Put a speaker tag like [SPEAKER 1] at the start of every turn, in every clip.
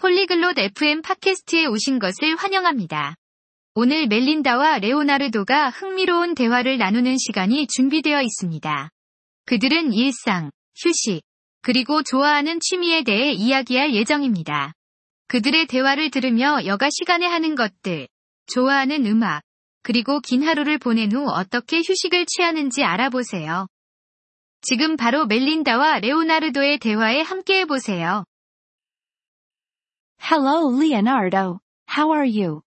[SPEAKER 1] 폴리글롯 FM 팟캐스트에 오신 것을 환영합니다. 오늘 멜린다와 레오나르도가 흥미로운 대화를 나누는 시간이 준비되어 있습니다. 그들은 일상, 휴식, 그리고 좋아하는 취미에 대해 이야기할 예정입니다. 그들의 대화를 들으며 여가 시간에 하는 것들, 좋아하는 음악, 그리고 긴 하루를 보낸 후 어떻게 휴식을 취하는지 알아보세요. 지금 바로 멜린다와 레오나르도의 대화에 함께해 보세요.
[SPEAKER 2] Hello, Leonardo. How are you?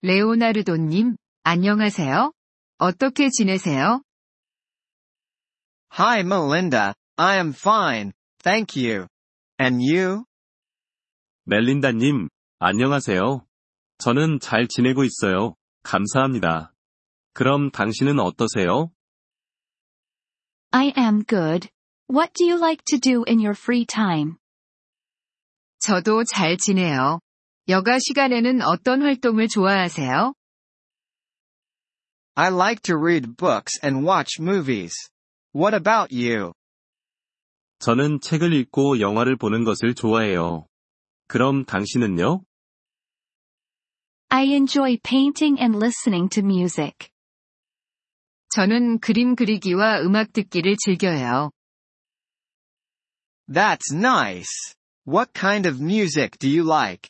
[SPEAKER 1] 레오나르도님, 안녕하세요. 어떻게 지내세요?
[SPEAKER 3] Hi Melinda, I am fine, thank you. And you?
[SPEAKER 4] 멜린다님, 안녕하세요. 저는 잘 지내고 있어요. 감사합니다. 그럼 당신은 어떠세요?
[SPEAKER 2] I am good. What do you like to do in your free time?
[SPEAKER 1] 저도 잘 지내요. 여가 시간에는 어떤 활동을 좋아하세요?
[SPEAKER 3] I like to read books and watch movies. What about you?
[SPEAKER 4] 저는 책을 읽고 영화를 보는 것을 좋아해요. 그럼 당신은요?
[SPEAKER 2] I enjoy painting and listening to music.
[SPEAKER 1] 저는 그림 그리기와 음악 듣기를 즐겨요.
[SPEAKER 3] That's nice. What kind of music do you like?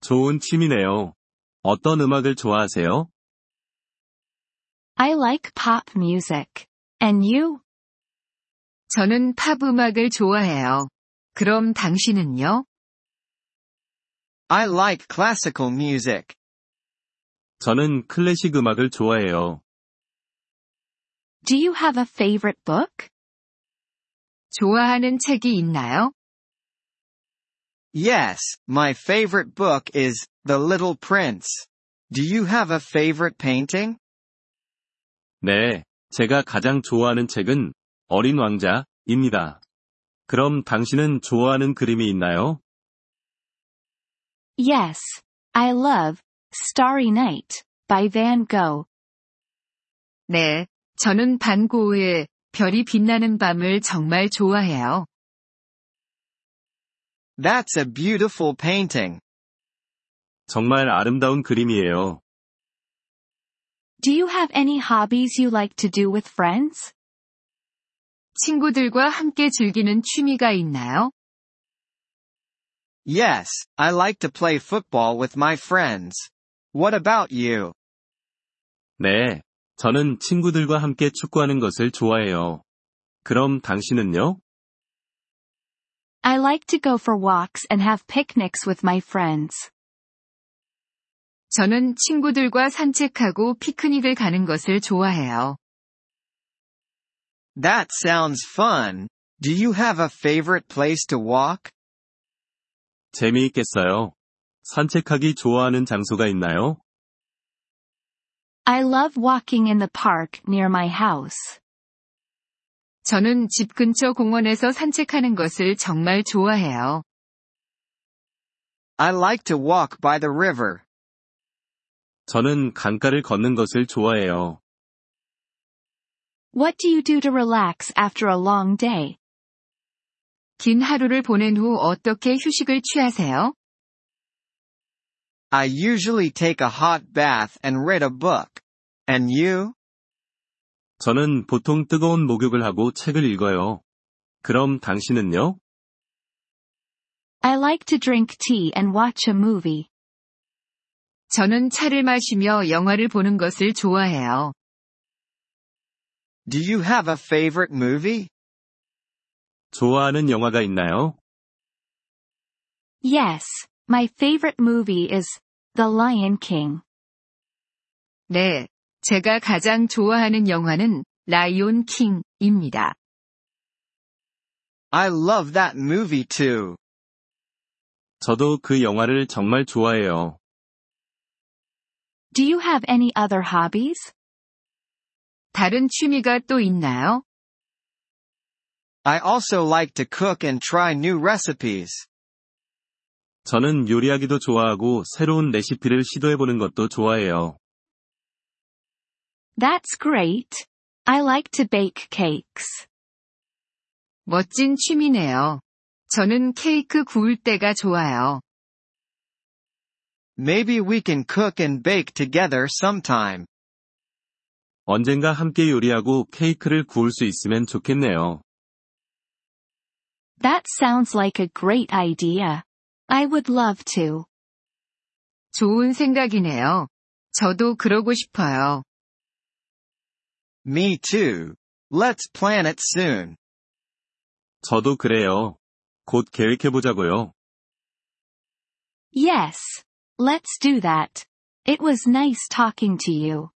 [SPEAKER 4] 좋은 취미네요. 어떤 음악을 좋아하세요?
[SPEAKER 2] I like pop music. And you?
[SPEAKER 1] 저는 팝 음악을 좋아해요. 그럼 당신은요?
[SPEAKER 3] I like classical music.
[SPEAKER 4] 저는 클래식 음악을 좋아해요.
[SPEAKER 2] Do you have a favorite book?
[SPEAKER 1] 좋아하는 책이 있나요?
[SPEAKER 3] Yes, my favorite book is The Little Prince. Do you have a favorite painting?
[SPEAKER 4] 네, 제가 가장 좋아하는 책은 어린 왕자입니다. 그럼 당신은 좋아하는 그림이 있나요?
[SPEAKER 2] Yes. I love Starry Night by Van Gogh.
[SPEAKER 1] 네, 저는 반고흐의 별이 빛나는 밤을 정말 좋아해요.
[SPEAKER 3] That's a beautiful painting.
[SPEAKER 4] 정말 아름다운 그림이에요.
[SPEAKER 2] Do you have any hobbies you like to do with friends?
[SPEAKER 1] 친구들과 함께 즐기는 취미가 있나요?
[SPEAKER 3] Yes, I like to play football with my friends. What about you?
[SPEAKER 4] 네, 저는 친구들과 함께 축구하는 것을 좋아해요. 그럼 당신은요?
[SPEAKER 2] I like to go for walks and have picnics with my friends.
[SPEAKER 1] 저는 친구들과 산책하고 피크닉을 가는 것을 좋아해요.
[SPEAKER 3] That sounds fun. Do you have a favorite place to walk?
[SPEAKER 4] 재미있겠어요. 산책하기 좋아하는 장소가 있나요?
[SPEAKER 2] I love walking in the park near my house.
[SPEAKER 1] 저는 집 근처 공원에서 산책하는 것을 정말 좋아해요.
[SPEAKER 3] I like to walk by the river.
[SPEAKER 4] 저는 강가를 걷는 것을 좋아해요.
[SPEAKER 2] What do you do to relax after a long day?
[SPEAKER 1] 긴 하루를 보낸 후 어떻게 휴식을 취하세요?
[SPEAKER 3] I usually take a hot bath and read a book. And you?
[SPEAKER 4] 저는 보통 뜨거운 목욕을 하고 책을 읽어요. 그럼 당신은요?
[SPEAKER 2] I like to drink tea and watch a movie.
[SPEAKER 1] 저는 차를 마시며 영화를 보는 것을 좋아해요.
[SPEAKER 3] Do you have a favorite movie?
[SPEAKER 4] 좋아하는 영화가 있나요?
[SPEAKER 2] Yes, my favorite movie is The Lion King.
[SPEAKER 1] 네, 제가 가장 좋아하는 영화는 라이온 킹입니다.
[SPEAKER 3] I love that movie too.
[SPEAKER 4] 저도 그 영화를 정말 좋아해요.
[SPEAKER 2] Do you have any other hobbies?
[SPEAKER 1] 다른 취미가 또 있나요?
[SPEAKER 3] I also like to cook and try new recipes.
[SPEAKER 4] 저는 요리하기도 좋아하고 새로운 레시피를 시도해보는 것도 좋아해요.
[SPEAKER 2] That's great. I like to bake cakes.
[SPEAKER 1] 멋진 취미네요. 저는 케이크 구울 때가 좋아요.
[SPEAKER 3] Maybe we can cook and bake together sometime.
[SPEAKER 4] 언젠가 함께 요리하고 케이크를 구울 수 있으면 좋겠네요.
[SPEAKER 2] That sounds like a great idea. I would love to.
[SPEAKER 1] 좋은 생각이네요. 저도 그러고 싶어요.
[SPEAKER 3] Me too. Let's plan it soon.
[SPEAKER 4] 저도 그래요. 곧 계획해보자고요.
[SPEAKER 2] Yes. Let's do that. It was nice talking to you.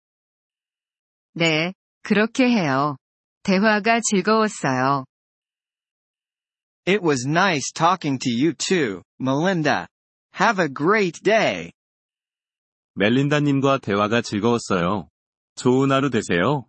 [SPEAKER 1] 네, 그렇게 해요. 대화가 즐거웠어요.
[SPEAKER 3] It was nice talking to you too, Melinda. Have a great day.
[SPEAKER 4] 멜린다님과 대화가 즐거웠어요. 좋은 하루 되세요.